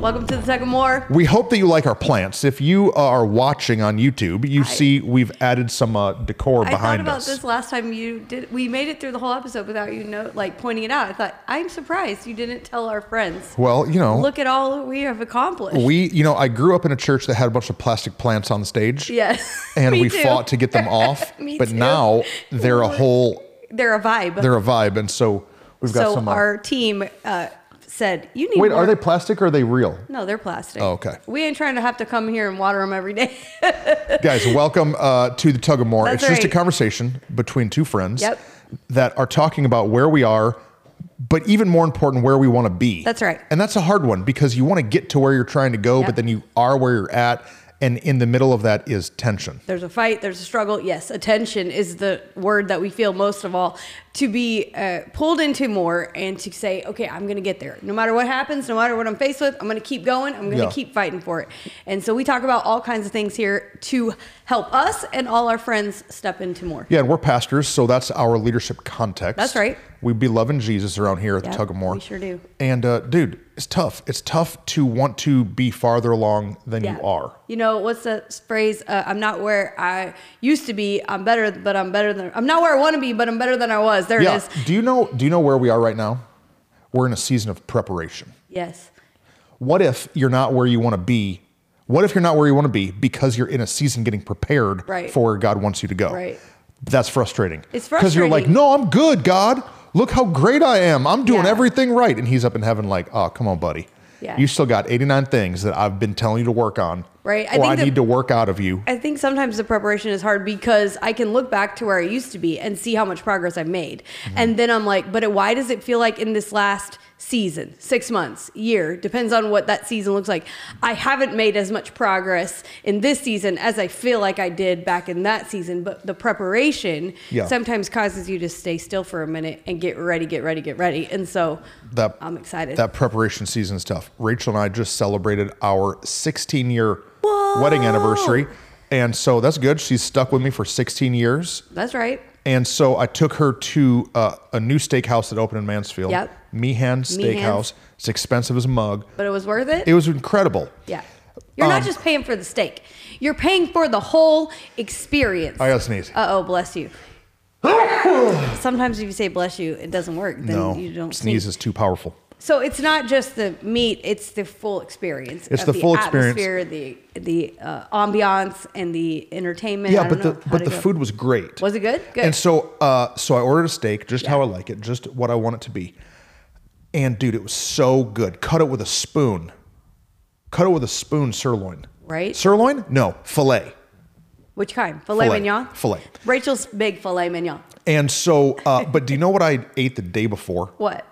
Welcome to the Sycamore. We hope that you like our plants. If you uh, are watching on YouTube, you see we've added some uh, decor I thought behind about us. this last time you did. We made it through the whole episode without you know, like pointing it out. I thought I'm surprised you didn't tell our friends. Well, you know, Look at all we have accomplished. we, you know, I grew up in a church that had a bunch of plastic plants on the stage, yes, and me we too. fought to get them off. Me but too. now they're a whole, They're a vibe. they're a vibe, and so we've got so some. uh, our team uh, said, "You need." wait, more. are they plastic or are they real? No, they're plastic. Oh, okay. We ain't trying to have to come here and water them every day. Guys, welcome uh, to the Tug of War. That's It's just a right. conversation between two friends Yep. that are talking about where we are, but even more important, where we want to be. That's right. And that's a hard one because you want to get to where you're trying to go, Yep. but then you are where you're at. And in the middle of that is tension. there's a fight, there's a struggle. Yes, attention is the word that we feel most of all to be uh, pulled into more and to say, okay, I'm going to get there. No matter what happens, no matter what I'm faced with, I'm going to keep going. I'm going to Yeah. keep fighting for it. And so we talk about all kinds of things here to help us and all our friends step into more. Yeah, and we're pastors, so that's our leadership context. That's right. We be loving Jesus around here at Yep, the Tug of War. we sure do. And uh, dude, it's tough. It's tough to want to be farther along than Yeah. you are. You know what's the phrase? Uh, I'm not where I used to be. I'm better, but I'm better than I'm not where I want to be, but I'm better than I was. There it Yeah. is. Do you know? Do you know where we are right now? We're in a season of preparation. Yes. What if you're not where you want to be? What if you're not where you want to be because you're in a season getting prepared Right. for where God wants you to go? Right. That's frustrating. It's Because you're like, frustrating. no, I'm good, God. Look how great I am. I'm doing Yeah. everything right. And he's up in heaven, like, oh, come on, buddy. Yeah. You still got 89 things that I've been telling you to work on. Right. I Or I, think that- need to work out of you. I think sometimes the preparation is hard because I can look back to where I used to be and see how much progress I've made. And then I'm like, but why does it feel like in this last season, six months, year, depends on what that season looks like, I haven't made as much progress in this season as I feel like I did back in that season. But the preparation Yeah. sometimes causes you to stay still for a minute and get ready, get ready, get ready. And so That I'm excited. That preparation season is tough. Rachel and I just celebrated our 16 year wedding anniversary. And so that's good. She's stuck with me for 16 years. That's right. And so I took her to uh, a new steakhouse that opened in Mansfield. Yep. Meehan Steakhouse. It's expensive as a mug. But it was worth it. It was incredible. Yeah. You're not just paying for the steak. You're paying for the whole experience. I got to sneeze. Uh oh, bless you. Sometimes if you say bless you, it doesn't work. Then no, you don't sneeze sneeze. is too powerful. So it's not just the meat; it's the full experience. It's of the full experience. atmosphere, the the uh, ambiance, and the entertainment. I Yeah, don't but know the how but to the go. food was great. Was it good? Good. And so uh, so I ordered a steak, just how Yeah. I like it, just what I want it to be. And dude, it was so good. Cut it with a spoon. Cut it with a spoon, sirloin. Right. Sirloin? No, fillet. Which kind? Filet, Filet. mignon. Filet. Rachel's big filet mignon. And so, uh, but do you know what I ate the day before? What?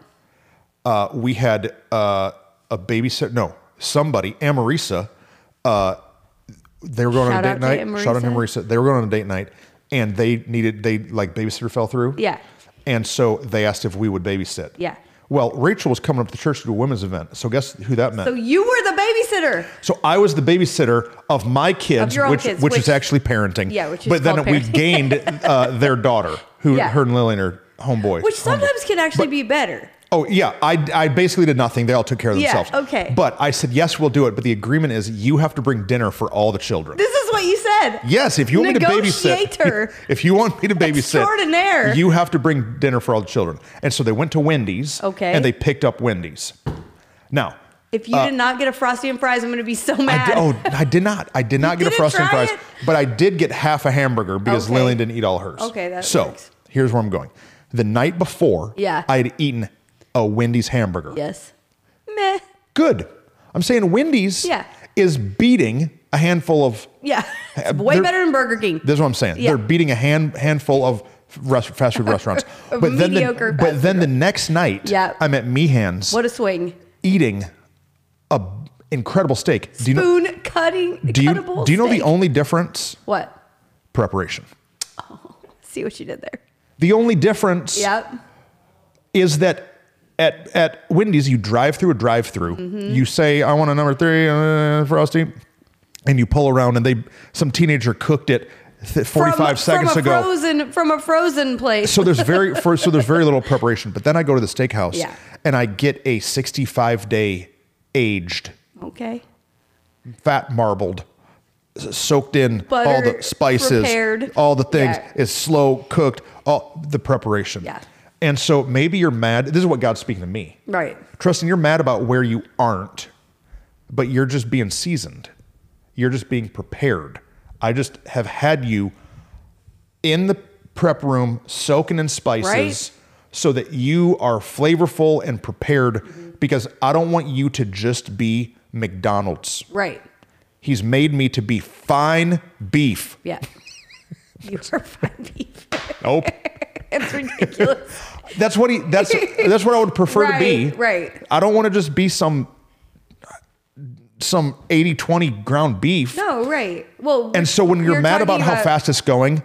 uh, we had uh, a babysitter. No, somebody, Amarisa. Uh, they were going Shout on a out date to night. Shout out to Amarisa. Amarisa. They were going on a date night, and they needed they like babysitter fell through. Yeah. And so they asked if we would babysit. Yeah. Well, Rachel was coming up to the church to do a women's event. So guess who that meant? So So, you were the babysitter. I was the babysitter of my kids, your own which, kids, which which- is actually parenting. Yeah, which is But then called we parenting. gained uh, their daughter, who Yeah. her and Lillian are homeboys. Which homeboys. sometimes can actually be better. Oh yeah, I, I basically did nothing. They all took care of Yeah, themselves. okay. But I said yes, we'll do it. But the agreement is you have to bring dinner for all the children. This is what you said. yes, if you want me to babysit, Negotiator. if you want me to babysit, Extraordinaire. you have to bring dinner for all the children. And so they went to Wendy's. Okay. And they picked up Wendy's. Now, If you did not get a frosty and fries, I'm going to be so uh, I mad. di- oh, I did not. I did not get a didn't frosting try fries, it? but I did get half a hamburger because Okay. Lillian didn't eat all hers. Okay, that so works. here's where I'm going. The night before, Yeah. I had eaten a Wendy's hamburger. Yes. Meh. good. I'm saying Wendy's Yeah. is beating a handful of. Yeah. It's Uh, way they're- better than Burger King. This is what I'm saying. Yeah. They're beating a hand handful of rest, fast food restaurants. but then, Mediocre the, fast but then the next night, Yeah. I'm at Meehan's what a swing. eating a incredible steak. Do you know? Spoon cutting. Do you, cuttable do you know the steak. only difference? What? Preparation. See what you did there. The only difference Yep. is that at at Wendy's you drive through a drive through. Mm-hmm. You say I want a number three uh, frosty, and you pull around and they some teenager cooked it th- forty From- five seconds from a ago. Frozen, from a frozen place. so there's very for, so there's very little preparation. But then I go to the steakhouse Yeah. and I get a sixty five day aged Okay. fat marbled, s- soaked in all Butter, the spices, prepared. all the things. Yeah. It's slow cooked, all the preparation. Yeah. And so maybe you're mad. This is what God's speaking to me. Right. Tristan, you're mad about where you aren't, but you're just being seasoned. You're just being prepared. I just have had you in the prep room soaking in spices Right. so that you are flavorful and prepared because I don't want you to just be McDonald's. Right. He's made me to be fine beef. Yeah. you are fine beef. Nope. it's ridiculous. That's what he that's that's what I would prefer Right, to be. right. I don't want to just be some some 80-20 ground beef. No, right. Well, And so when you're, mad about, talking how fast it's going,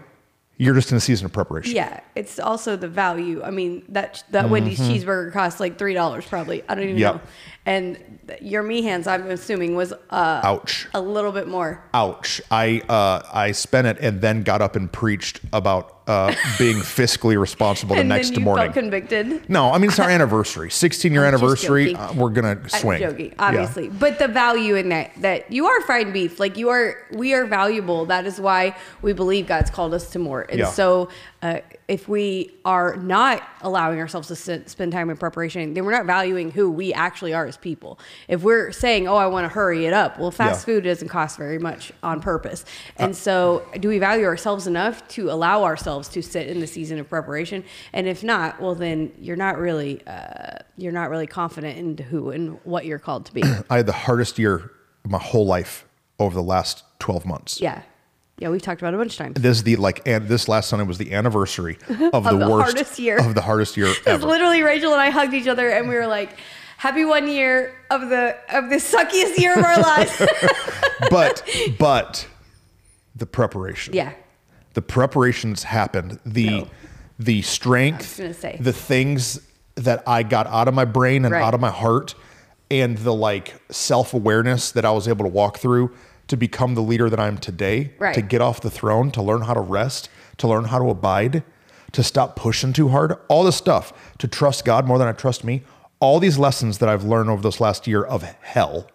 you're just in a season of preparation. Yeah, it's also the value. I mean, that that Wendy's cheeseburger costs like three dollars probably. I don't even Mm-hmm. Yep. know. And th- your me hands, I'm assuming, was uh, Ouch. a little bit more. Ouch. I uh, I spent it and then got up and preached about uh, being fiscally responsible the and next then you morning. felt convicted. no, I mean it's our anniversary. 16 year I'm just anniversary. joking. Uh, we're going to swing. I'm joking, Yeah. obviously. But the value in that that you are fried beef, like you are, we are valuable. That is why we believe God's called us to more. And Yeah. so, uh, if we are not allowing ourselves to sit, spend time in preparation, then we're not valuing who we actually are as people. If we're saying, "Oh, I want to hurry it up," well, fast Yeah. food doesn't cost very much on purpose. And so, do we value ourselves enough to allow ourselves to sit in the season of preparation? And if not, well, then you're not really uh, you're not really confident in who and what you're called to be. I had the hardest year of my whole life over the last 12 months. yeah, yeah, we've talked about it a bunch of times. This is the like and this last Sunday was the anniversary of, the, the worst hardest year. of the hardest year Because ever. literally, Rachel and I hugged each other, and we were like. Happy one year of the of the suckiest year of our lives. but but the preparation. yeah, The preparations happened. The No. the strength, gonna say. the things that I got out of my brain and Right. out of my heart and the like self-awareness that I was able to walk through to become the leader that I am today, Right. to get off the throne, to learn how to rest, to learn how to abide, to stop pushing too hard, all this stuff, to trust God more than I trust me, all these lessons that I've learned over this last year of hell.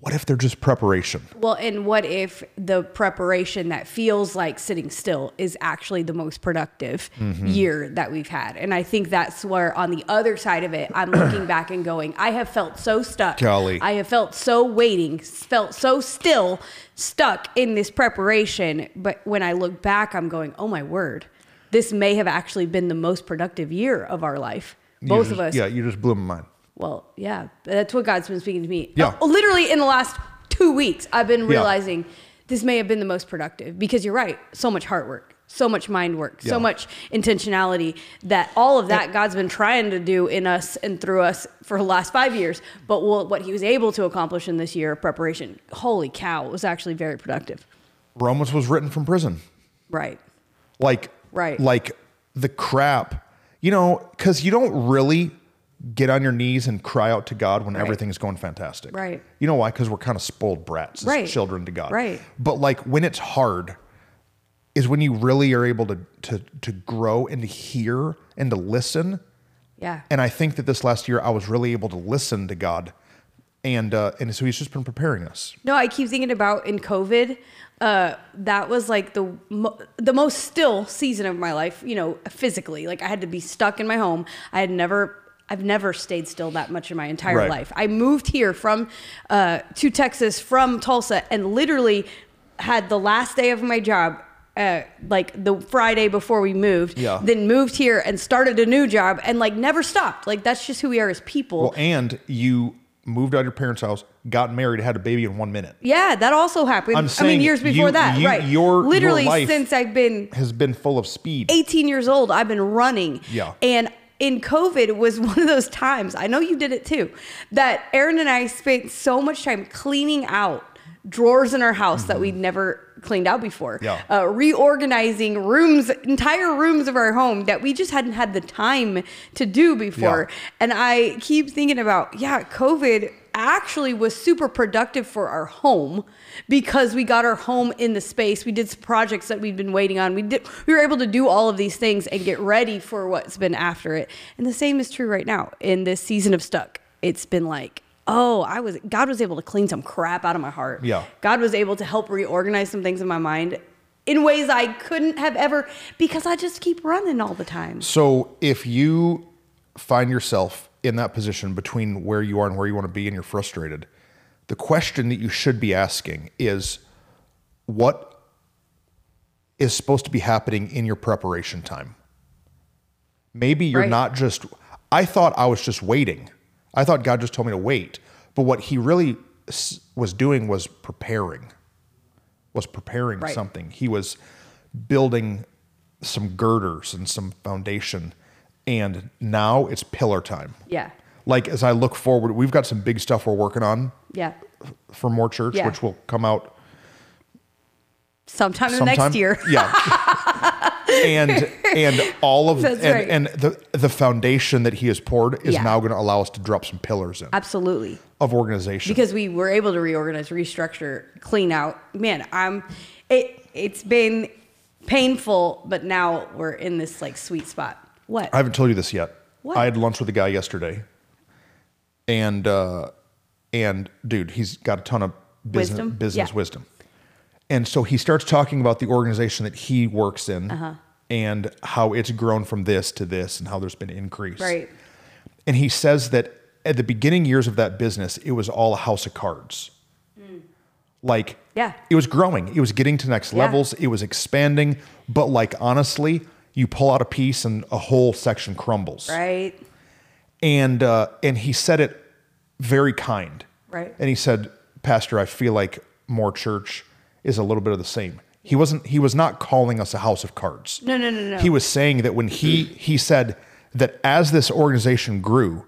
What if they're just preparation? Well, and what if the preparation that feels like sitting still is actually the most productive Mm-hmm. year that we've had? And I think that's where, on the other side of it, I'm looking back and going, I have felt so stuck. Golly. I have felt so waiting, felt so still, stuck in this preparation. But when I look back, I'm going, oh my word, this may have actually been the most productive year of our life. You Both of just- us. Yeah, you just blew my mind. Well, yeah, that's what God's been speaking to me. Yeah. Uh, literally in the last two weeks, I've been realizing this may have been the most productive because you're right. So much heart work, so much mind work, Yeah. so much intentionality that all of that God's been trying to do in us and through us for the last five years. But what what he was able to accomplish in this year of preparation, holy cow, it was actually very productive. Romans was written from prison. Right. Like Right. like the crap. You know, cuz you don't really get on your knees and cry out to God when Right. everything's going fantastic. Right. You know why? Cuz we're kind of spoiled brats as Right. children to God. Right. But like when it's hard is when you really are able to to to grow and to hear and to listen. Yeah. And I think that this last year I was really able to listen to God. And uh, and so he's just been preparing us. No, I keep thinking about in COVID. Uh, that was like the mo- the most still season of my life. You know, physically, like I had to be stuck in my home. I had never. I've never stayed still that much in my entire Right. life. I moved here from uh, to Texas from Tulsa, and literally had the last day of my job, uh, like the Friday before we moved. Yeah. Then moved here and started a new job, and like never stopped. Like that's just who we are as people. Well, and you moved out of your parents' house, got married, had a baby in one minute. Yeah, that also happened. I I'm mean, saying years before you- that, you- right? your- your literally life- since I've been Has been full of speed. 18 years old, I've been running. Yeah. And in COVID was one of those times. I know you did it too. That Aaron and I spent so much time cleaning out drawers in our house that we'd never cleaned out before. Mm-hmm. Yeah. Uh, reorganizing rooms, entire rooms of our home that we just hadn't had the time to do before. And I keep thinking about, yeah, COVID actually was super productive for our home because we got our home in the space. We did some projects that we'd been waiting on. We did we were able to do all of these things and get ready for what's been after it. And the same is true right now in this season of stuck. It's been like oh, I was God was able to clean some crap out of my heart. Yeah. God was able to help reorganize some things in my mind in ways I couldn't have ever because I just keep running all the time. So if you find yourself in that position between where you are and where you want to be and you're frustrated, the question that you should be asking is what is supposed to be happening in your preparation time? Maybe you're Right. not just, I thought I was just waiting. I thought God just told me to wait. But what he really s- was doing was preparing, was preparing Right. something. He was building some girders and some foundation. And now it's pillar time. Yeah. Like as I look forward, we've got some big stuff we're working on Yeah. for More Church, Yeah. which will come out Sometime in the sometime next year. yeah. and and all of That's and, right. and the the foundation that he has poured is Yeah. now going to allow us to drop some pillars in Absolutely. of organization. because we were able to reorganize, restructure, clean out. Man, I'm it. It's been painful, but now we're in this like sweet spot. What? I haven't told you this yet. What? I had lunch with a guy yesterday, and uh, and dude, he's got a ton of business Wisdom? business Yeah. wisdom, and so he starts talking about the organization that he works in Uh-huh. and how it's grown from this to this and how there's been increase. right. And he says that at the beginning years of that business, it was all a house of cards. Mm. Like, Yeah. it was growing, it was getting to next Yeah. levels, it was expanding. But, like, honestly, you pull out a piece and a whole section crumbles. Right. And, uh, and he said it very kind. Right. And he said, Pastor, I feel like more church is a little bit of the same. He wasn't, he was not calling us a house of cards. No, no, no, no. He was saying that when he he said that as this organization grew,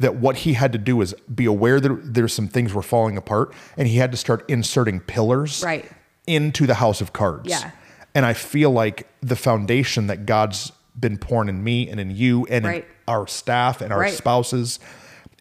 that what he had to do was be aware that there's some things were falling apart, and he had to start inserting pillars Right. into the house of cards. Yeah. And I feel like the foundation that God's been pouring in me and in you and in Right. our staff and our Right. spouses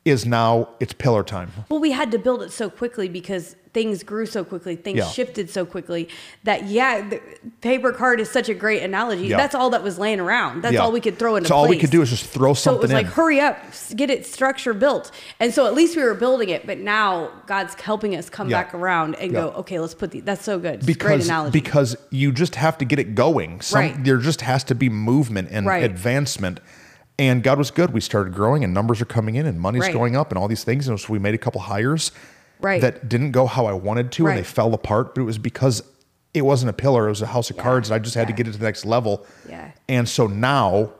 is now it's pillar time. Well, we had to build it so quickly because things grew so quickly, things Yeah. shifted so quickly that yeah, the paper card is such a great analogy. Yeah. That's all that was laying around. That's Yeah. all we could throw into So all we place. could do is just throw So it something was like, in. hurry up, s- get it structure built. And so at least we were building it, but now God's helping us come Yeah. back around and go, Yeah. okay, let's put the, that's so good. It's a great because analogy. because you just have to get it going. Some, Right. There just has to be movement and Right. advancement. And God was good. We started growing, and numbers are coming in, and money's Right. going up, and all these things. And so we made a couple hires Right. that didn't go how I wanted to, and Right. they fell apart. But it was because it wasn't a pillar; it was a house of cards, and I just had to Yeah. get it to the next level. Yeah. And so now,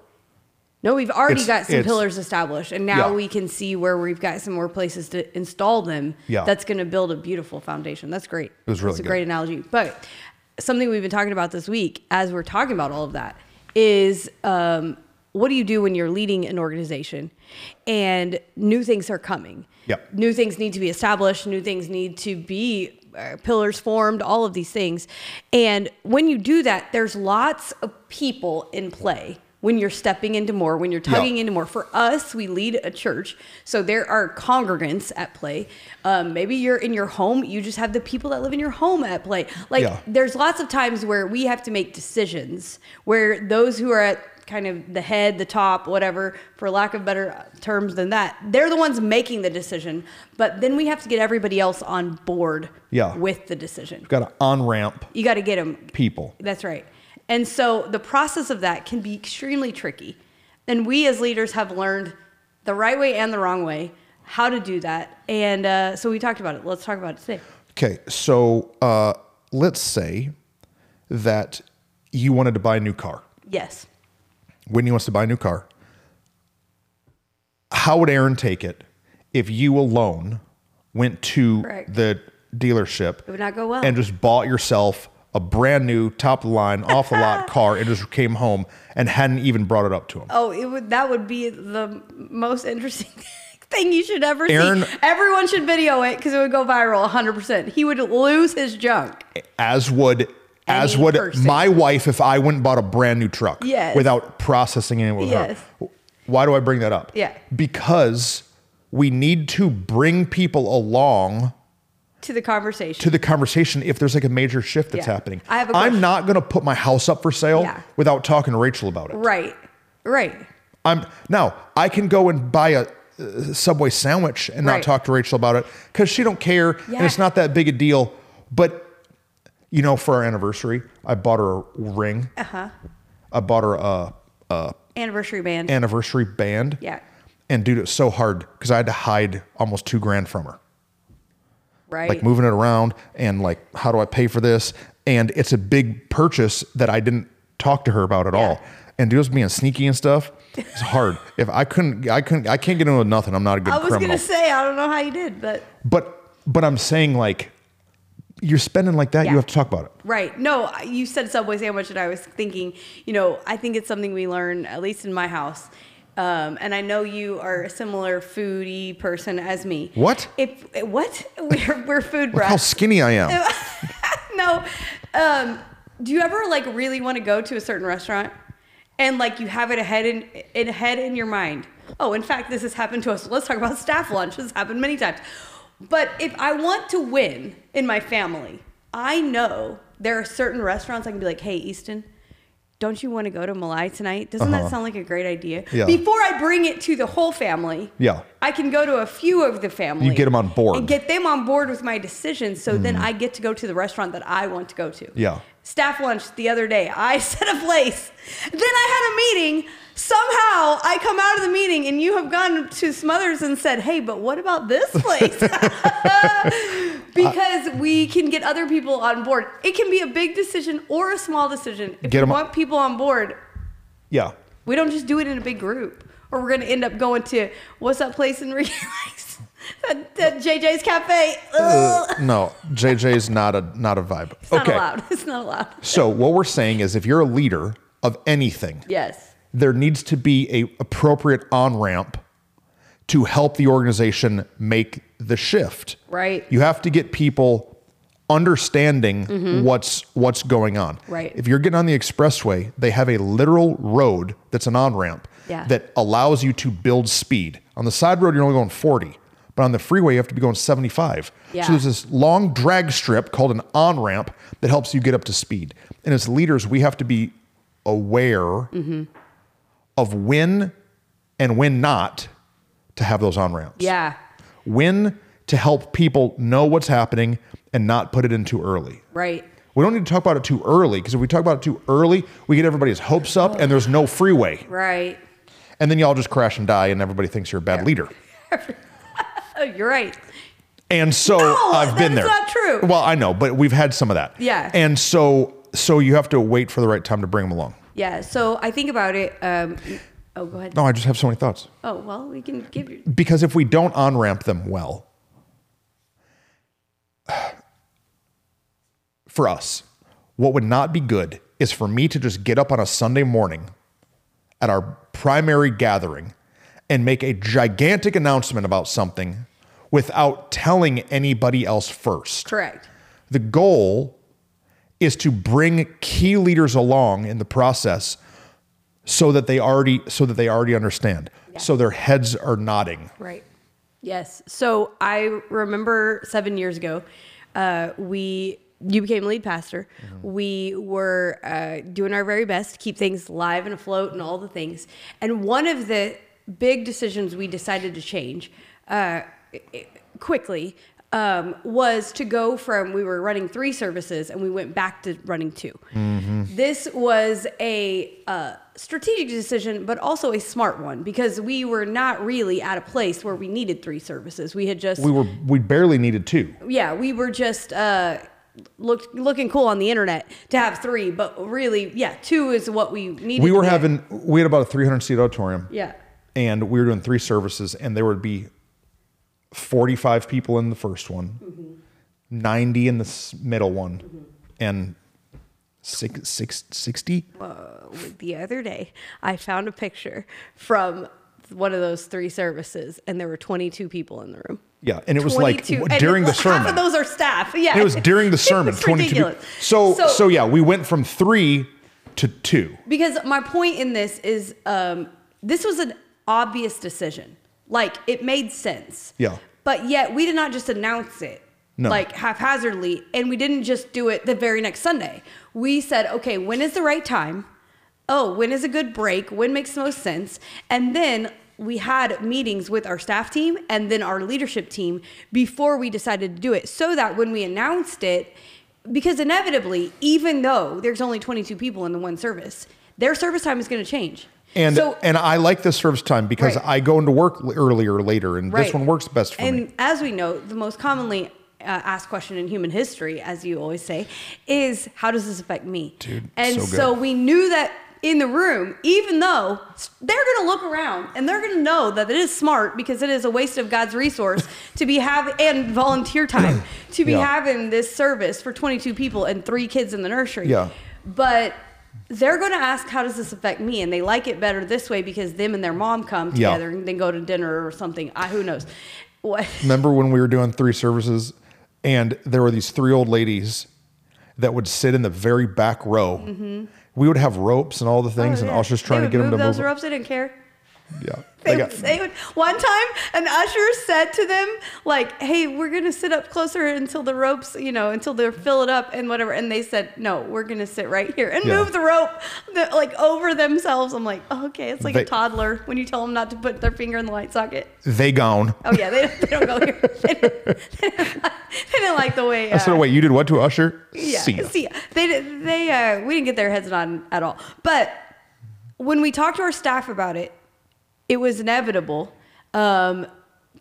no, we've already it's- got some it's- pillars established and now Yeah. we can see where we've got some more places to install them. Yeah. That's going to build a beautiful foundation. That's great. It was really That's a good. great analogy. But something we've been talking about this week as we're talking about all of that is um, what do you do when you're leading an organization and new things are coming? Yep. new things need to be established new things need to be uh, pillars formed all of these things and when you do that there's lots of people in play when you're stepping into more when you're tugging Yeah. into more for us we lead a church so there are congregants at play um, maybe you're in your home you just have the people that live in your home at play like Yeah. there's lots of times where we have to make decisions where those who are at kind of the head, the top, whatever, for lack of better terms than that, they're the ones making the decision. But then we have to get everybody else on board Yeah. with the decision. got to on ramp You got to get them people. that's right. And so the process of that can be extremely tricky. And we as leaders have learned the right way and the wrong way how to do that. And uh, so we talked about it. Let's talk about it today. Okay, so uh, let's say that you wanted to buy a new car. Yes. Whitney wants to buy a new car. How would Aaron take it if you alone went to Correct. the dealership It would not go well. and just bought yourself a brand new top of the line off the lot car and just came home and hadn't even brought it up to him? Oh, it would that would be the most interesting thing you should ever Aaron- see. Everyone should video it because it would go viral 100%. He would lose his junk. As would as Any would person. my wife if I went and bought a brand new truck Yes. without processing it with Yes. her. Why do I bring that up? Yeah. Because we need to bring people along To the conversation. to the conversation if there's like a major shift that's Yeah. happening. I have a I'm question. not going to put my house up for sale Yeah. without talking to Rachel about it. right. Right. I'm now I can go and buy a uh, Subway sandwich and Right. not talk to Rachel about it because she don't care and Yeah. it's not that big a deal. But you know, for our anniversary, I bought her a ring. Uh Uh-huh. huh. I bought her a Anniversary band. anniversary band. yeah. And dude, it was so hard because I had to hide almost two grand from her Right. like moving it around and like how do I pay for this? And it's a big purchase that I didn't talk to her about at all. And just being sneaky and stuff, it's hard. if I couldn't, I couldn't, I can't get into nothing. I'm not a good I was criminal. gonna say I don't know how you did, but but but I'm saying like, you're spending like that, Yeah. you have to talk about it. Right. No, I- you said Subway sandwich, and I was thinking, you know, I think it's something we learn, at least in my house. Um, and I know you are a similar foodie person as me. What? If what? We're, we're food Look how brats. skinny I am. no. Um, do you ever like really want to go to a certain restaurant, and like you have it ahead in, in ahead in your mind? Oh, in fact, this has happened to us. Let's talk about staff lunch. This has happened many times. But if I want to win in my family, I know there are certain restaurants I can be like, "Hey, Easton, don't you want to go to Malai tonight? Doesn't Uh-huh. that sound like a great idea?" Yeah. Before I bring it to the whole family, Yeah. I can go to a few of the family. You get 'em on board. and get them on board with my decisions. So then I get to go to the restaurant that I want to go to. Mm-hmm. Yeah. Staff lunch the other day. I set a place. Then I had a meeting. Somehow I come out of the meeting and you have gone to Smothers and said, "Hey, but what about this place?" Uh, because we can get other people on board. It can be a big decision or a small decision. If Get you 'em- want people on board, yeah. we don't just do it in a big group, or we're gonna end up going to what's that place in Ricky Lakes? that, that JJ's Cafe. Ugh. Uh, no, JJ's not a not a vibe. it's not okay. allowed. It's not allowed. So what we're saying is, if you're a leader of anything, Yes. there needs to be a appropriate on ramp to help the organization make the shift. Right. You have to get people understanding what's what's going on. Mm-hmm. Right. If you're getting on the expressway, they have a literal road that's an on ramp Yeah. that allows you to build speed. On the side road, you're only going 40, but on the freeway, you have to be going 75. Yeah. So there's this long drag strip called an on ramp that helps you get up to speed. And as leaders, we have to be aware Mm-hmm. of when and when not to have those on ramps. Yeah. When to help people know what's happening and not put it in too early. Right. We don't need to talk about it too early because if we talk about it too early, we get everybody's hopes up and there's no freeway. Right. And then y'all just crash and die and everybody thinks you're a bad leader. Oh, you're right. And so No, I've been that there. is not true. Well, I know, but we've had some of that. Yeah. And so so you have to wait for the right time to bring them along. Yeah. So I think about it. Um, oh, go ahead. No, I just have so many thoughts. Oh, well, we can give you. because if we don't on ramp them well, for us, what would not be good is for me to just get up on a Sunday morning at our primary gathering and make a gigantic announcement about something without telling anybody else first. Correct. The goal is to bring key leaders along in the process so that they already so that they already understand. So their heads are nodding. Right. Yes. So I remember seven years ago, uh, we you became lead pastor. We were uh, doing our very best to keep things live and afloat and all the things. And one of the big decisions we decided to change uh, i- i- quickly um, was to go from we were running three services and we went back to running 2 Mm-hmm. This was a uh, strategic decision, but also a smart one because we were not really at a place where we needed three services. We had just We were we barely needed two. yeah, we were just uh, looked looking cool on the internet to have three, but really, yeah, two is what we needed. We were to do. having we had about a 300 seat auditorium. yeah, And we were doing three services and there would be 45 people in the first one, Mm-hmm. 90 in the s- middle one, and six, six, 60 the other day I found a picture from one of those three services, and there were 22 people in the room. Yeah, and it was like 22 w- and during the sermon. Half of those are staff. Yeah, And it was during the sermon. It's 22 people. ridiculous. So, so yeah, we went from three to two. because my point in this is um, this was an obvious decision. Like it made sense. Yeah. But yet we did not just announce it No. like haphazardly, and we didn't just do it the very next Sunday. We said, okay, when is the right time? Oh, when is a good break? When makes the most sense? And then we had meetings with our staff team and then our leadership team before we decided to do it so that when we announced it, because inevitably, even though there's only 22 people in the one service, their service time is going to change. And so, and I like this service time because Right. I go into work l- earlier or later, and this Right. one works best for and me. as we know, the most commonly uh, asked question in human history, as you always say, is how does this affect me? Dude, and so good. so we knew that in the room, even though s- they're going to look around and they're going to know that it is smart because it is a waste of God's resource to be having and volunteer time to be Yeah. having this service for 22 people and three kids in the nursery. Yeah. But they're going to ask, how does this affect me? And they like it better this way because them and their mom come Yeah. together and then go to dinner or something. I, who knows? What? Remember when we were doing three services, and there were these three old ladies that would sit in the very back row. We would have ropes and all the things, and Mm-hmm. Oh, yeah. ushers trying They to get them would to move move. those ropes. They didn't care. Yeah, They, they got- they would, one time, an usher said to them, like, hey, we're going to sit up closer until the ropes, you know, until they fill it up and whatever. And they said, no, we're going to sit right here and Yeah. move the rope, the, like, over themselves. I'm like, oh, okay, it's like They- a toddler when you tell them not to put their finger in the light socket. they gone. Oh, yeah, they, they don't go here. they, didn't, they didn't like- they didn't like the way. Uh, I said, "Wait, you did what to usher?" yeah, See ya. They did- they uh, we didn't get their heads on at all. But when we talked to our staff about it, it was inevitable. Um,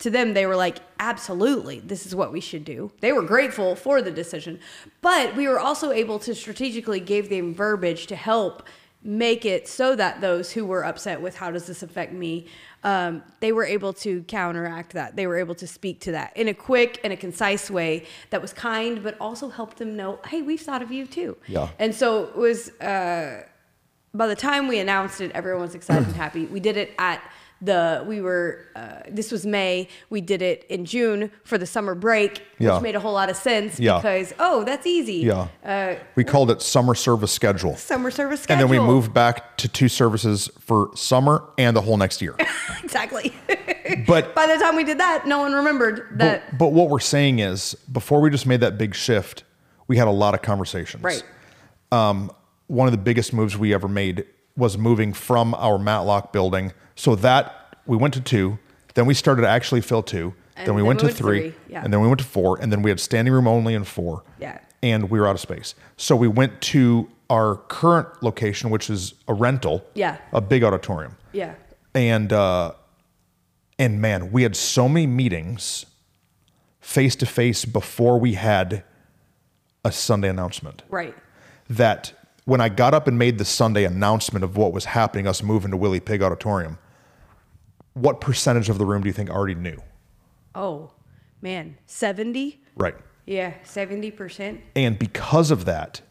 to them, they were like, "Absolutely, this is what we should do." They were grateful for the decision, but we were also able to strategically give them verbiage to help make it so that those who were upset with how does this affect me um, they were able to counteract that they were able to speak to that in a quick and a concise way that was kind but also helped them know hey we've thought of you too Yeah. and so it was by the time we announced it, everyone was excited and happy. We did it at the we were uh, this was May. We did it in June for the summer break, Yeah. which made a whole lot of sense Yeah. because oh, that's easy. Yeah. Uh, We called it summer service schedule. summer service And schedule. then we moved back to two services for summer and the whole next year. exactly. But by the time we did that, no one remembered that. but, but what we're saying is before we just made that big shift, we had a lot of conversations. Right. One of the biggest moves we ever made was moving from our Matlock building. So that we went to two, then we started to actually fill two, And then we then went we to went to three, three, yeah. and then we went to four, and then we had standing room only in four. Yeah. And we were out of space. So we went to our current location, which is a rental. Yeah. A big auditorium. Yeah. and uh and man we had so many meetings face to face before we had a sunday announcement Right. that when i got up and made the sunday announcement of what was happening us moving to willie pig auditorium what percentage of the room do you think already knew Oh man, seventy. right Yeah, seventy percent. and because of that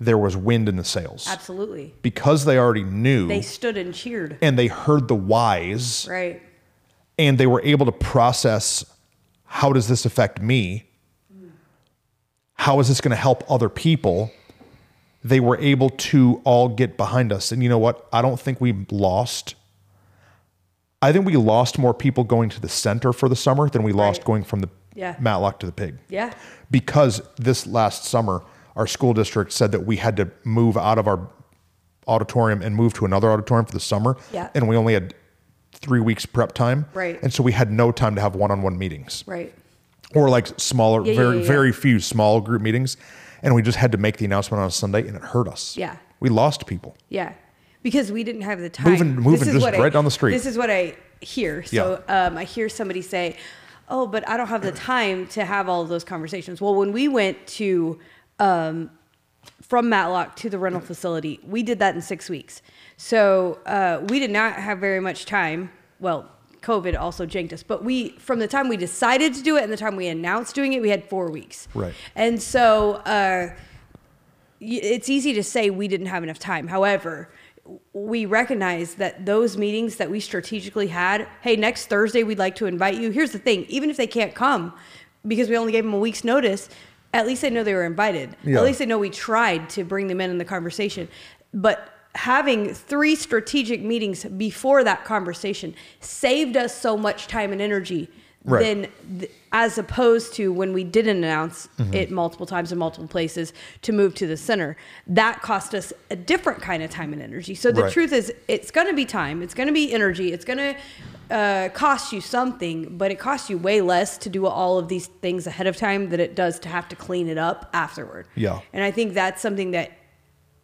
there was wind in the sails Absolutely. because they already knew They stood and cheered. and they heard the whys Right. and they were able to process how does this affect me? How is this going to help other people? They were able to all get behind us. And you know what? I don't think we lost. I think we lost more people going to the center for the summer than we lost Right. going from the Yeah. Matlock to the pig. Yeah. Because this last summer, our school district said that we had to move out of our auditorium and move to another auditorium for the summer. Yeah. And we only had three weeks prep time. Right. And so we had no time to have one on one meetings Right. or like smaller, Yeah, yeah, very, yeah, yeah. very few small group meetings. And we just had to make the announcement on a Sunday and it hurt us. Yeah. We lost people. Yeah, because we didn't have the time. Moving- moving just what I- right down the street. This is what I hear. So um, I hear somebody say, "Oh, but I don't have the time to have all of those conversations." Well, when we went to um, from Matlock to the rental facility. We did that in six weeks. So uh, we did not have very much time. Well, COVID also janked us, but we, from the time we decided to do it and the time we announced doing it, we had four weeks. Right. And so uh, y- it's easy to say we didn't have enough time. However, w- we recognize that those meetings that we strategically had, hey, next Thursday we'd like to invite you. Here's the thing, even if they can't come, because we only gave them a week's notice, at least they know they were invited. Yeah. At least they know we tried to bring them in in the conversation. But having three strategic meetings before that conversation saved us so much time and energy Right. than th- as opposed to when we didn't announce Mm-hmm. it multiple times in multiple places to move to the center. That cost us a different kind of time and energy. So the Right. truth is, it's going to be time, it's going to be energy, it's going to uh, cost you something, but it costs you way less to do all of these things ahead of time than it does to have to clean it up afterward. Yeah. And I think that's something that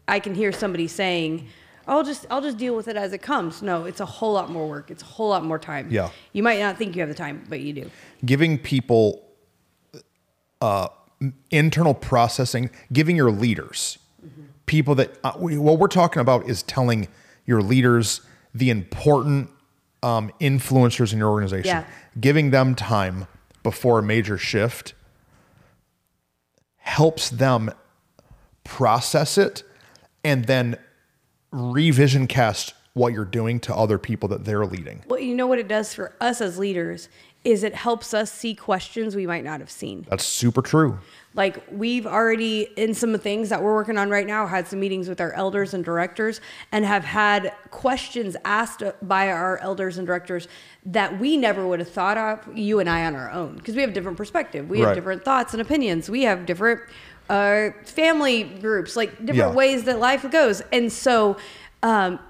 I can hear somebody saying, "I'll just I'll just deal with it as it comes." No, it's a whole lot more work. It's a whole lot more time. Yeah. You might not think you have the time, but you do. giving people uh, internal processing, giving your leaders, people that uh, we, what we're talking about is telling your leaders the important um, influencers in your organization, Yeah. giving them time before a major shift helps them process it and then revision cast what you're doing to other people that they're leading. Well, you know what it does for us as leaders is it helps us see questions we might not have seen. That's super true. Like we've already in some things that we're working on right now had some meetings with our elders and directors and have had questions asked by our elders and directors that we never would have thought of you and I on our own because we have different perspective. We Right. have different thoughts and opinions. We have different uh, family groups, like different Yeah. ways that life goes. And so um,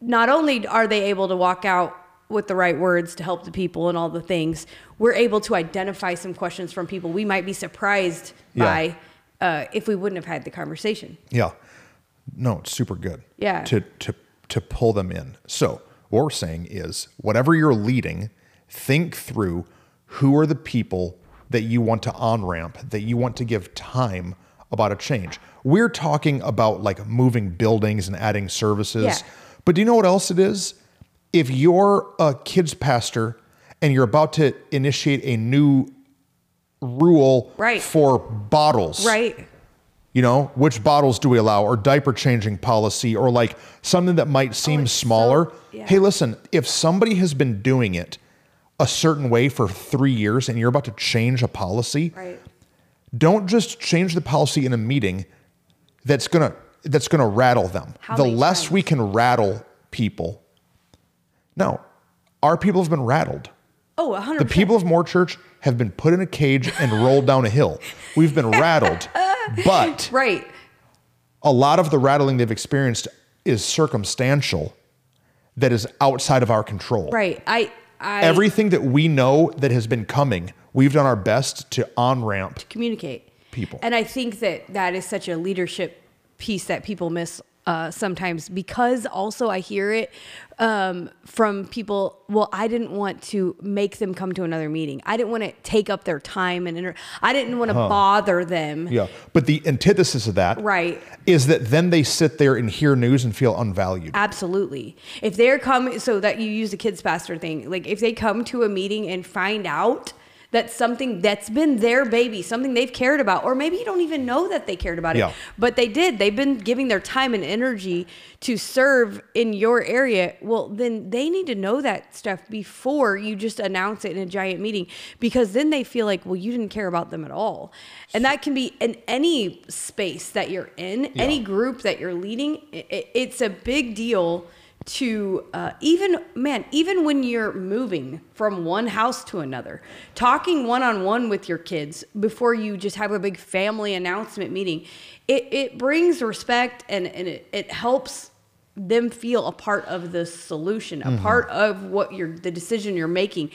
not only are they able to walk out with the right words to help the people and all the things, we're able to identify some questions from people we might be surprised Yeah. by uh, if we wouldn't have had the conversation. Yeah. No, it's super good. Yeah. To to to pull them in. So what we're saying is whatever you're leading, think through who are the people that you want to on ramp, that you want to give time about a change. We're talking about like moving buildings and adding services. Yeah. But do you know what else it is? If you're a kids pastor and you're about to initiate a new rule Right. for bottles Right. you know which bottles do we allow or diaper changing policy or like something that might seem Oh, it's smaller so- yeah. hey listen if somebody has been doing it a certain way for 3 years and you're about to change a policy Right. don't just change the policy in a meeting that's going to that's going to rattle them How the many less times? we can rattle people no our people have been rattled Oh, 100%. the people of Moore Church have been put in a cage and rolled down a hill. We've been rattled, but Right. a lot of the rattling they've experienced is circumstantial that is outside of our control. Right. I, I Everything that we know that has been coming, we've done our best to on ramp. communicate People. and i think that that is such a leadership piece that people miss uh, sometimes because also i hear it um, from people well i didn't want to make them come to another meeting i didn't want to take up their time and inter- i didn't want to bother them Yeah. But the antithesis of that is right that then they sit there and hear news and feel unvalued. Absolutely. If they're coming, so that you use the kids pastor thing, like if they come to a meeting and find out that something that's been their baby, something they've cared about, or maybe you don't even know that they cared about Yeah. it, but they did. They've been giving their time and energy to serve in your area. Well, then they need to know that stuff before you just announce it in a giant meeting because then they feel like, well, you didn't care about them at all. And that can be in any space that you're in, any group that you're leading. i- i- it's a big deal to uh, even man even when you're moving from one house to another talking one-on-one with your kids before you just have a big family announcement meeting it, it brings respect and, and it, it helps them feel a part of the solution a part of what you're the decision you're making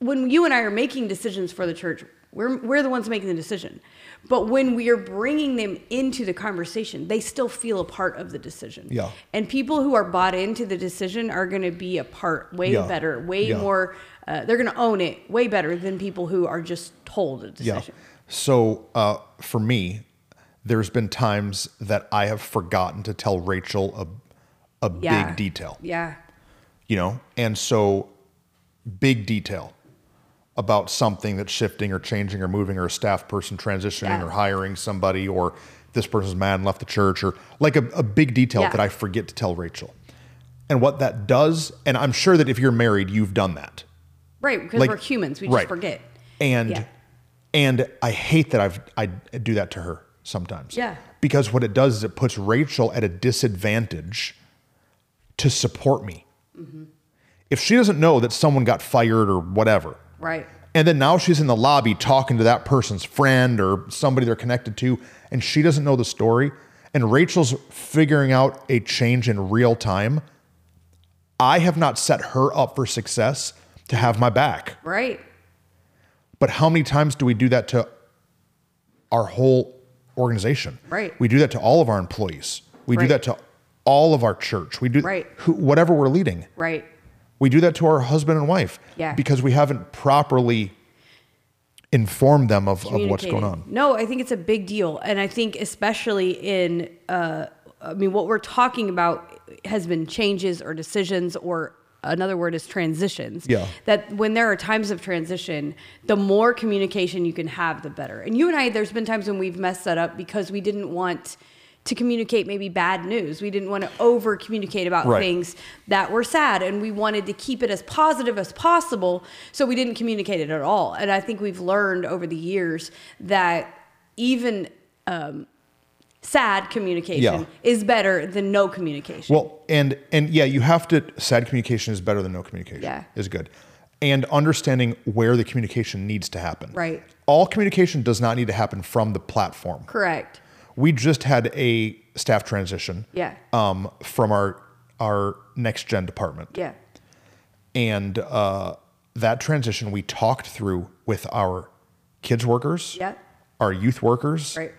when you and i are making decisions for the church we're, we're the ones making the decision but when we are bringing them into the conversation they still feel a part of the decision Yeah. and people who are bought into the decision are going to be a part way Yeah. better, way Yeah. more. Uh, they're going to own it way better than people who are just told a decision. So uh, for me, there's been times that I have forgotten to tell Rachel a, a Yeah. big detail. Yeah. you know and so big detail about something that's shifting or changing or moving or a staff person transitioning Yeah. or hiring somebody or this person's mad and left the church or like a, a big detail Yeah. that i forget to tell rachel and what that does and i'm sure that if you're married you've done that Right. Because Like- we're humans. We right. just forget. and Yeah. and i hate that i've i do that to her sometimes Yeah. because what it does is it puts rachel at a disadvantage to Mm-hmm. support me if she doesn't know that someone got fired or whatever Right. And then now she's in the lobby talking to that person's friend or somebody they're connected to, and she doesn't know the story. And Rachel's figuring out a change in real time. I have not set her up for success to have my back. Right. But how many times do we do that to our whole organization? Right. We do that to all of our employees. We do Right. that to all of our church. We do Right. who, whatever we're leading. Right. We do that to our husband and wife Yeah. because we haven't properly informed them of, of what's going on. Communicating. No, I think it's a big deal, and I think especially in, uh, I mean, what we're talking about has been changes or decisions, or another word is transitions. Yeah. That when there are times of transition, the more communication you can have, the better. And you and I, there's been times when we've messed that up because we didn't want to communicate maybe bad news. We didn't want to over communicate about Right. things that were sad and we wanted to keep it as positive as possible so we didn't communicate it at all and i think we've learned over the years that even um, sad communication Yeah. is better than no communication Well, and and yeah, you have to. Sad communication is better than no communication. Yeah. is good, and understanding where the communication needs to happen. Right. All communication does not need to happen from the platform. correct We just had a staff transition. Yeah. Um, from our our next gen department. yeah and uh, that transition we talked through with our kids workers, Yeah. our youth workers, Right.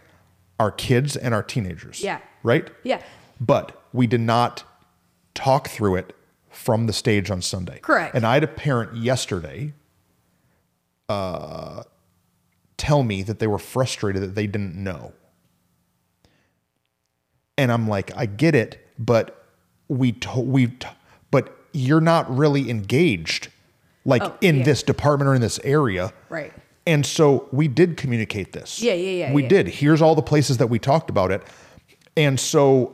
our kids and our teenagers, Yeah. right, yeah But we did not talk through it from the stage on Sunday, Correct. And I had a parent yesterday uh, tell me that they were frustrated that they didn't know, and I'm like, I get it, but we to- we t- but you're not really engaged like Oh, in yeah. this department or in this area. Right. And so we did communicate this. Yeah, yeah, yeah, We yeah. did. Here's all the places that we talked about it. And so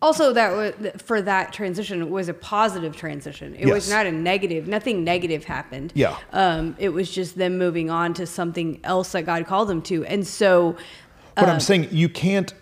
also that was for that transition it was a positive transition it was Yes. not a negative nothing negative happened Yeah. um, it was just them moving on to something else that god called them to and so but Um, I'm saying you can't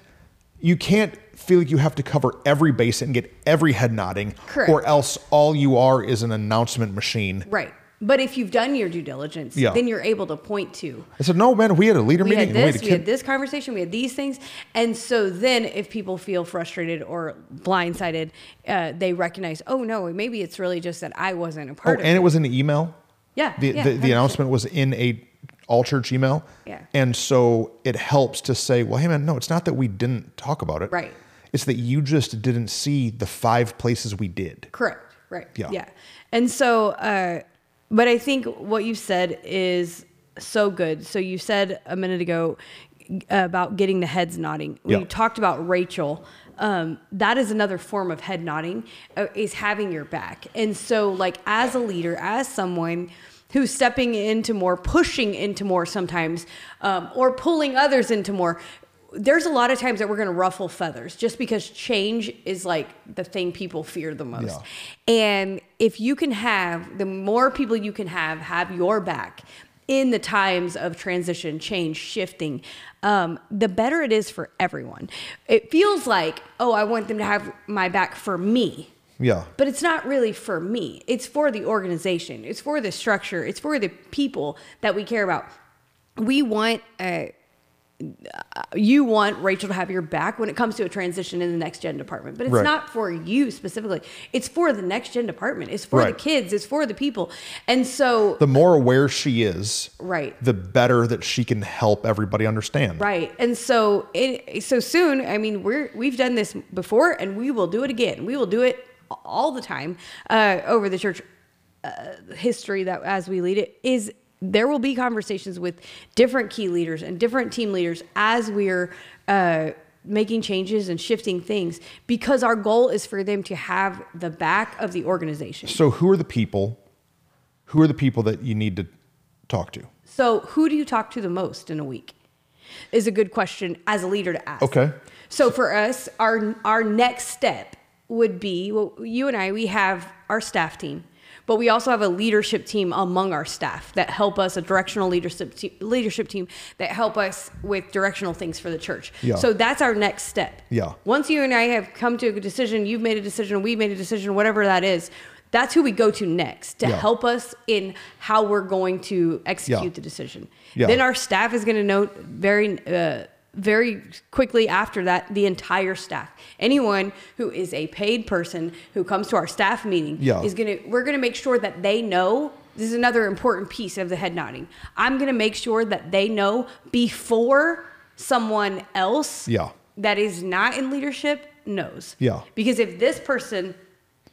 you can't feel like you have to cover every base and get every head nodding Correct. or else all you are is an announcement machine. Right. But if you've done your due diligence, Yeah. then you're able to point to I said, "No, man, we had a leader we meeting had and we had a this, we kid- had this conversation, we had these things. And so then if people feel frustrated or blindsided, uh, they recognize, oh no, maybe it's really just that I wasn't a Oh, part of and it. it was in the email. Yeah. the, yeah, the, the 100%. announcement was in a all church email. Yeah. And so it helps to say, well, hey man, no, it's not that we didn't talk about it. Right. It's that you just didn't see the five places we did. Correct. Right. Yeah. Yeah. And so, uh, but I think what you said is so good. So you said a minute ago uh, about getting the heads nodding. We Yeah. talked about Rachel. Um, that is another form of head nodding uh, is having your back. And so, like as a leader, as someone who's stepping into more, pushing into more sometimes, um, or pulling others into more. There's a lot of times that we're going to ruffle feathers just because change is like the thing people fear the most. Yeah. And if you can have the more people you can have have your back in the times of transition, change, shifting, um, the better it is for everyone. It feels like, oh, I want them to have my back for me. Yeah. But it's not really for me. It's for the organization. It's for the structure. It's for the people that we care about. We want uh, you want Rachel to have your back when it comes to a transition in the next gen department, but it's Right. not for you specifically. It's for the next gen department. It's for the Right. kids. It's for the people. And so The more aware she is, Right. the better that she can help everybody understand. Right. And so it so soon, I mean, we're we've done this before and we will do it again. We will do it all the time uh, over the church uh, history that as we lead it is there will be conversations with different key leaders and different team leaders as we're uh, making changes and shifting things because our goal is for them to have the back of the organization. So who are the people? Who are the people that you need to talk to? So, who do you talk to the most in a week? Is a good question as a leader to ask. Okay. So for us, our our next step would be well, you and I. We have our staff team, but we also have a leadership team among our staff that help us a directional leadership te- leadership team that help us with directional things for the church. Yeah. So that's our next step. Yeah. Once you and I have come to a decision, you've made a decision, we made a decision, whatever that is, That's who we go to next to Yeah. help us in how we're going to execute Yeah. the decision. Yeah. Then our staff is going to know very, uh, very quickly after that the entire staff. Anyone who is a paid person who comes to our staff meeting Yeah. is gonna. We're gonna make sure that they know. This is another important piece of the head nodding. I'm gonna make sure that they know before someone else Yeah. that is not in leadership knows. Yeah. Because if this person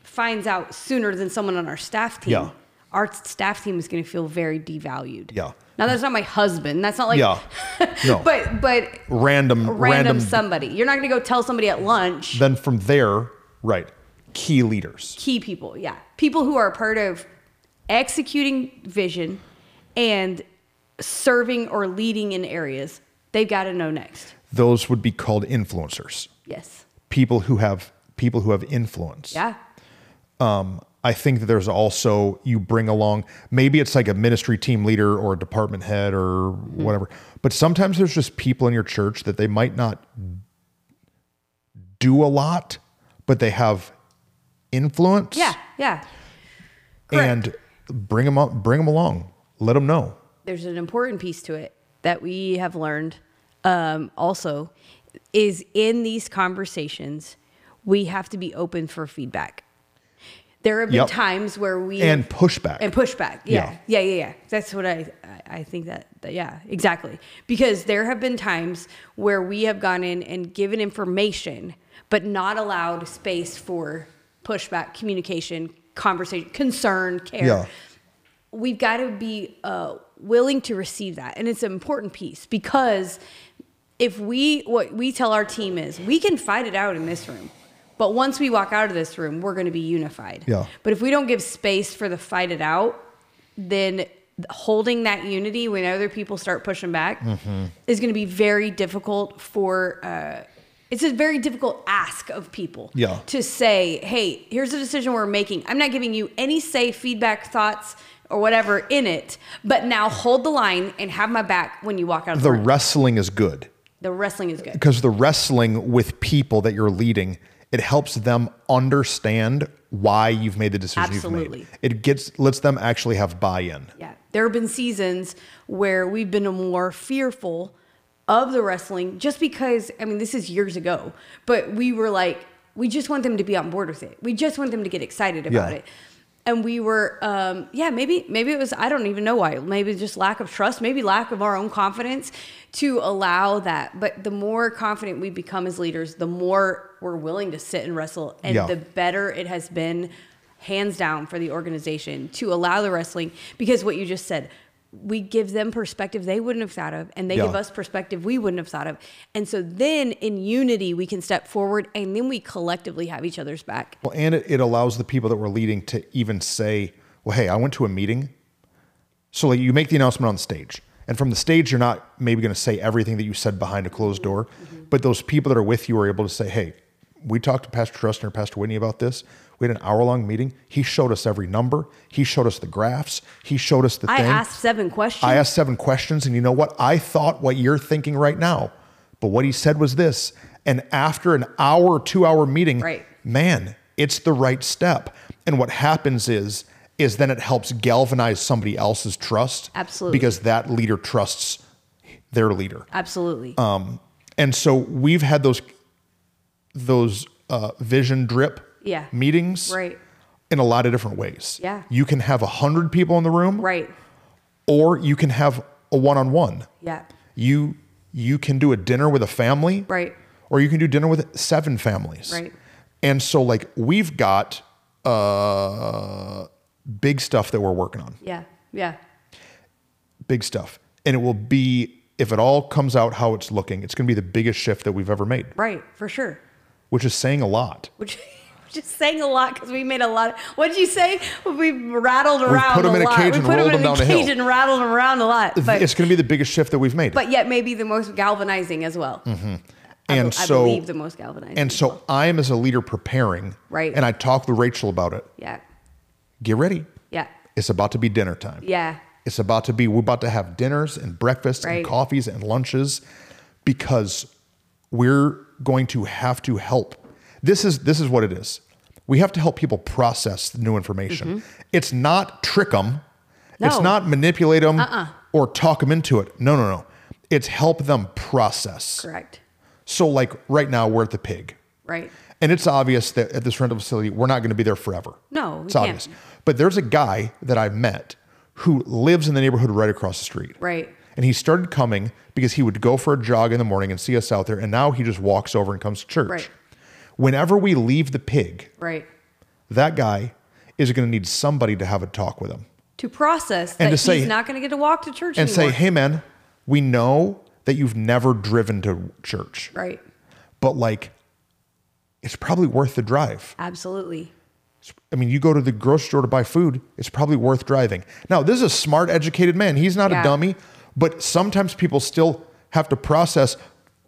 finds out sooner than someone on our staff team, Yeah. our staff team is going to feel very devalued. Yeah. Now that's not my husband. That's not like yeah. No. but but random, random, random, somebody. You're not going to go tell somebody at lunch Then from there, right, key leaders. key people. Yeah. People who are part of executing vision and serving or leading in areas. They've got to know next. Those would be called influencers. Yes. People who have people who have influence. Yeah. I think that there's also you bring along maybe it's like a ministry team leader or a department head or Mm-hmm. whatever. But sometimes there's just people in your church that they might not do a lot, but they have influence. Yeah. Yeah. and bring them up, bring them along. Let them know. there's an important piece to it that we have learned um, also is in these conversations we have to be open for feedback there have been Yep. times where we And pushback. and pushback yeah. yeah yeah yeah that's what i i I think that, that yeah exactly because there have been times where we have gone in and given information but not allowed space for pushback communication conversation concern care Yeah. we've got to be uh, willing to receive that and it's an important piece because if we what we tell our team is we can fight it out in this room but once we walk out of this room we're going to be unified Yeah. but if we don't give space for the fight it out then holding that unity when other people start pushing back Mm-hmm. is going to be very difficult for uh, it's a very difficult ask of people Yeah. to say, hey, here's a decision we're making. I'm not giving you any say, feedback, thoughts, or whatever in it, but now hold the line and have my back when you walk out of the, The room. wrestling is good the wrestling is good. because the wrestling with people that you're leading, it helps them understand why you've made the decision Absolutely. you've made. It gets lets them actually have buy-in. Yeah. There have been seasons where we've been more fearful of the wrestling just because, I mean, this is years ago, but we were like, we just want them to be on board with it. We just want them to get excited about Yeah. it. And we were, um, yeah, maybe, maybe it was, I don't even know why. Maybe just lack of trust, maybe lack of our own confidence to allow that. But the more confident we become as leaders, the more we're willing to sit and wrestle. And Yeah. the better it has been hands down for the organization to allow the wrestling because what you just said we give them perspective they wouldn't have thought of and they Yeah. give us perspective we wouldn't have thought of and so then in unity we can step forward and then we collectively have each other's back Well, and it, it allows the people that we're leading to even say, well, hey, I went to a meeting. So like you make the announcement on stage. And from the stage, you're not maybe going to say everything that you said behind a closed door. Mm-hmm. But those people that are with you are able to say, hey, we talked to Pastor Trustner and Pastor Whitney about this. We had an hour long meeting. He showed us every number. He showed us the graphs. He showed us the i thing. asked seven questions I asked seven questions, and you know what? I thought what you're thinking right now, but what he said was this. And after an hour, two hour meeting, Right. man, it's the right step. And what happens is, is then it helps galvanize somebody else's trust. Absolutely. Because that leader trusts their leader. absolutely um, And so we've had those those uh, vision drip Yeah. meetings Right. in a lot of different ways. Yeah. You can have a hundred people in the room right or you can have a one-on-one. yeah You you can do a dinner with a family, Right. Or you can do dinner with seven families, Right. And so like we've got uh big stuff that we're working on. yeah yeah Big stuff. And it will be if it all comes out how it's looking, it's going to be the biggest shift that we've ever made, right for sure which is saying a lot. which just saying a lot because we made a lot. What did you say? We rattled around put 'em a in a lot. cage we and put rolled 'em in 'em down a a hill. cage and rattled 'em around a lot, but it's going to be the biggest shift that we've made. but yet maybe the most galvanizing as well. I, Mm-hmm. and be- I so believe the most galvanizing. and so I am as a leader preparing, Right. And I talked with Rachel about it. yeah, Get ready. yeah, It's about to be dinner time. yeah, It's about to be, we're about to have dinners and breakfasts Right. and coffees and lunches because we're going to have to help. This is this is what it is. We have to help people process the new information. It's not trick them. It's Mm-hmm. No. Uh-uh. not manipulate them or talk them into it. No, no, no. It's help them process. Correct. So, like right now, we're at the pig, Right. and it's obvious that at this rental facility, we're not going to be there forever. No, we it's can't. obvious. But there's a guy that I met who lives in the neighborhood right across the street. Right. And he started coming because he would go for a jog in the morning and see us out there. And now he just walks over and comes to church. Right. Whenever we leave the pig, Right. that guy is going to need somebody to have a talk with him To process And that to say- he's not going to get to walk to church and say, anymore. hey, man, we know that you've never driven to church, right. but like, it's probably worth the drive. Absolutely. I mean, you go to the grocery store to buy food, it's probably worth driving. Now, this is a smart, educated man. He's not a Yeah. dummy, but sometimes people still have to process,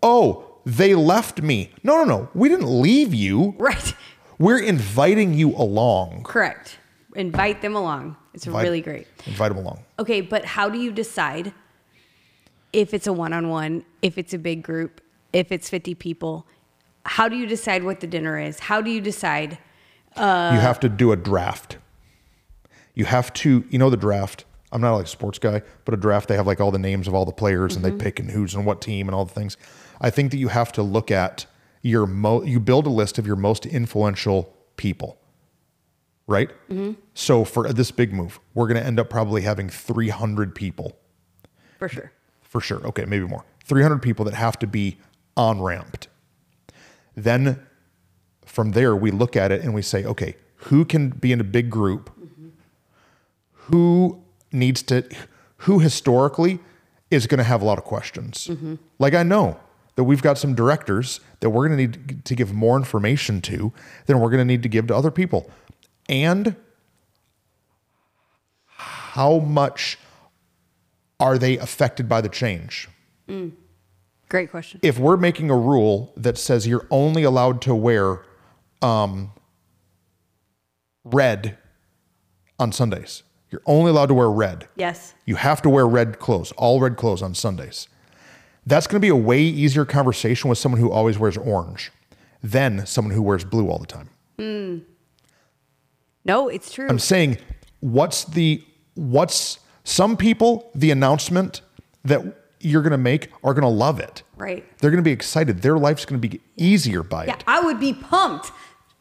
oh, they left me. No, no, no. We didn't leave you. Right. We're inviting you along. Correct. Invite them along. It's Invite- really great. Invite them along. Okay, but how do you decide if it's a one on one, if it's a big group, if it's 50 people? How do you decide what the dinner is? How do you decide? you have to do a draft. You have to, you know, the draft. I'm not like a sports guy, but a draft, they have like all the names of all the players and they pick and who's and what team and all the things. I think that you have to look at your mo, you build a list of your most influential people, right? So for this big move, we're going to end up probably having 300 people For sure. for sure. Okay, maybe more. 300 people that have to be on ramped. Then from there, we look at it and we say, okay, who can be in a big group? Who needs to, who historically is going to have a lot of questions? Like, I know that we've got some directors that we're going to need to give more information to than we're going to need to give to other people. And how much are they affected by the change? Great question. if we're making a rule that says you're only allowed to wear um, red on Sundays, you're only allowed to wear red. Yes. You have to wear red clothes, all red clothes on Sundays. That's going to be a way easier conversation with someone who always wears orange than someone who wears blue all the time. No, it's true. I'm saying, what's the what's some people the announcement that you're going to make are going to love it. right. They're going to be excited. Their life's going to be easier by Yeah, it. I would be pumped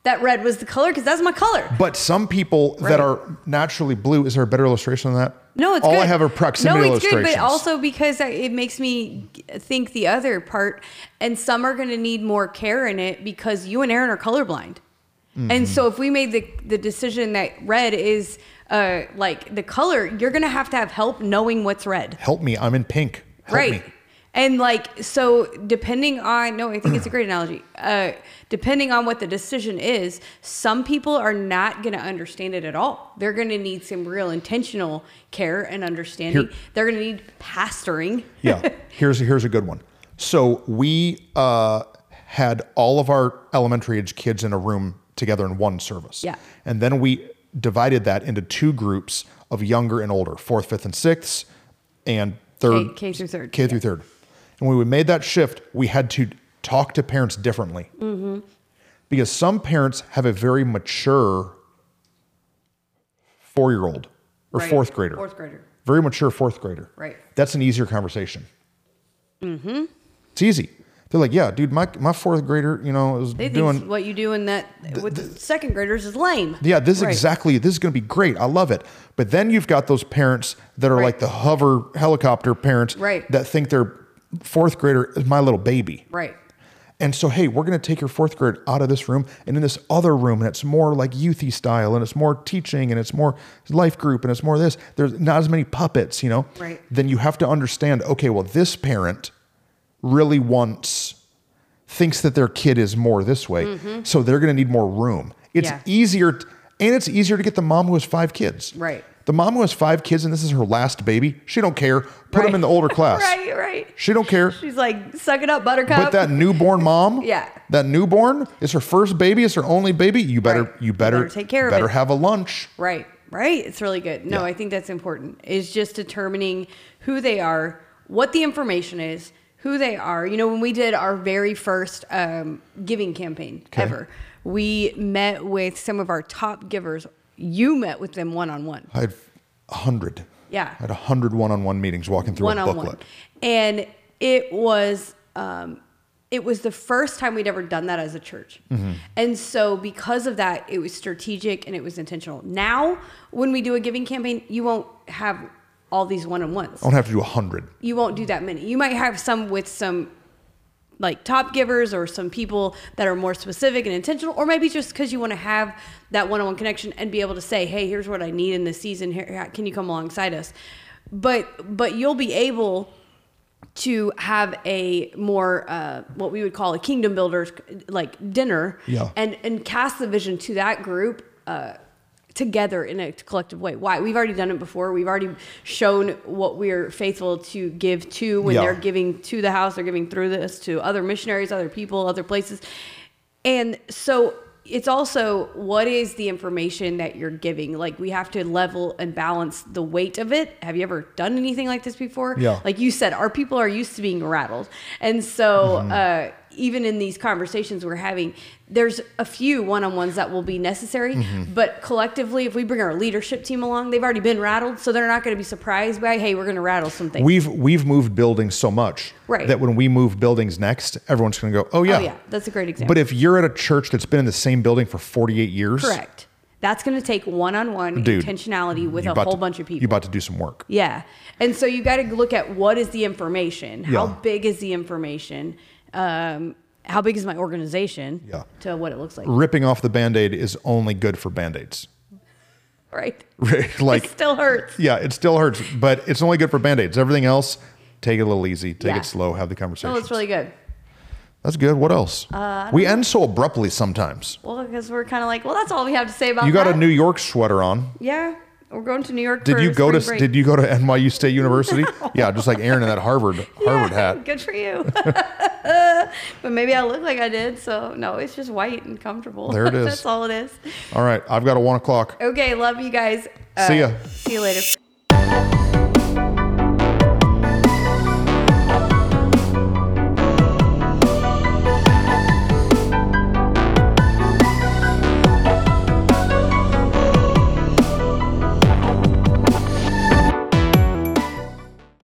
that red was the color because that's my color. But some people Right. that are naturally blue, is there a better illustration than that? No, it's all good. I have are proximity No, it's good, illustrations. but also because I- it makes me g- think the other part, and some are going to need more care in it because you and Aaron are colorblind, Mm-hmm. and so if we made the the decision that red is uh like the color, you're going to have to have help knowing what's red, help me, I'm in pink. Help right? me. And like so, depending on no, I think it's a great analogy. Uh, depending on what the decision is, some people are not going to understand it at all. They're going to need some real intentional care and understanding. Here- They're going to need pastoring. yeah. Here's here's a good one. So we uh, had all of our elementary age kids in a room together in one service. Yeah. And then we divided that into two groups of younger and older, fourth, fifth, and sixth, and third K- K through third. K through third. And when we made that shift, we had to talk to parents differently. Mm-hmm. Because some parents have a very mature four year old or Right. fourth grader Fourth grader. very mature fourth grader. Right. That's an easier conversation. Mm-hmm. It's easy. They're like, yeah, dude, my my fourth grader, you know, is They doing. think what you do in that with the, second graders is lame. Yeah, this is Right. exactly. This is going to be great. I love it. But then you've got those parents that are Right. like the hover helicopter parents Right. that think their fourth grader is my little baby. Right. And so, hey, we're going to take your fourth grade out of this room and in this other room, and it's more like youthy style, and it's more teaching, and it's more life group, and it's more this. There's not as many puppets, you know. Right. Then you have to understand. Okay, well, this parent really wants thinks that their kid is more this way, so they're going to need more room. It's Mm-hmm. Yeah. easier, t- and it's easier to get the mom who has five kids. Right. The mom who has five kids, and this is her last baby. She don't care. Put Right. them in the older class. right. Right. She don't care. She's like, suck it up, Buttercup. But that newborn mom, Yeah. that newborn is her first baby, it's her only baby. You better, Right. you better, Better take care of Better it. have a lunch. Right, right. It's really good. No, I think that's important. Is just determining who they are, what the information is, who they are. You know, when we did our very first um, giving campaign Okay. ever, we met with some of our top givers. You met with them one on one. I had a hundred. Yeah. I had a hundred one-on-one meetings walking through one a on booklet. one, and it was um, it was the first time we'd ever done that as a church, Mm-hmm. and so because of that, it was strategic and it was intentional. Now, when we do a giving campaign, you won't have all these one on ones. I don't have to do a hundred. You won't do that many. You might have some with some like top givers or some people that are more specific and intentional or maybe just because you want to have that one-on-one connection and be able to say hey here's what i need in this season here can you come alongside us but but you'll be able to have a more uh, what we would call a kingdom builders like dinner Yeah. and and cast the vision to that group uh, together in a collective way why we've already done it before we've already shown what we're faithful to give to when Yeah. they're giving to the house they're giving through this to other missionaries other people other places and so it's also what is the information that you're giving like we have to level and balance the weight of it have you ever done anything like this before Yeah. like you said our people are used to being rattled and so Mm-hmm. uh, even in these conversations we're having there's a few one-on-ones that will be necessary Mm-hmm. but collectively if we bring our leadership team along they've already been rattled so they're not going to be surprised by hey we're going to rattle something We've we've moved buildings so much Right. that when we move buildings next, everyone's going to go, oh yeah that's a great example But if you're at a church that's been in the same building for 48 years, Correct. That's going to take one-on-one Dude, intentionality with you're a about whole to- bunch of people. You're about to do some work. yeah, and so you got to look at what is the information, how Yeah. big is the information, um, how big is my organization, Yeah. to what it looks like, Ripping off the band aid is only good for band aids. right? like, it still hurts. yeah, it still hurts, but it's only good for band aids. Everything else, take it a little easy, take Yeah. it slow, have the conversation. No, it's really Uh, good. That's good. What else? we end so abruptly sometimes. Well, because we're kind of like, well, that's all we have to say about You got that. a New York sweater on. yeah. We're going to New York. Did for you go to spring break. Did you go to NYU State University? yeah, just like Aaron in that Harvard Harvard Yeah, hat. Good for you. but maybe I look like I did, so no, it's just white and comfortable. There it is. that's all it is. All right, I've got a one o'clock. Okay, love you guys. Uh, See ya. See you later.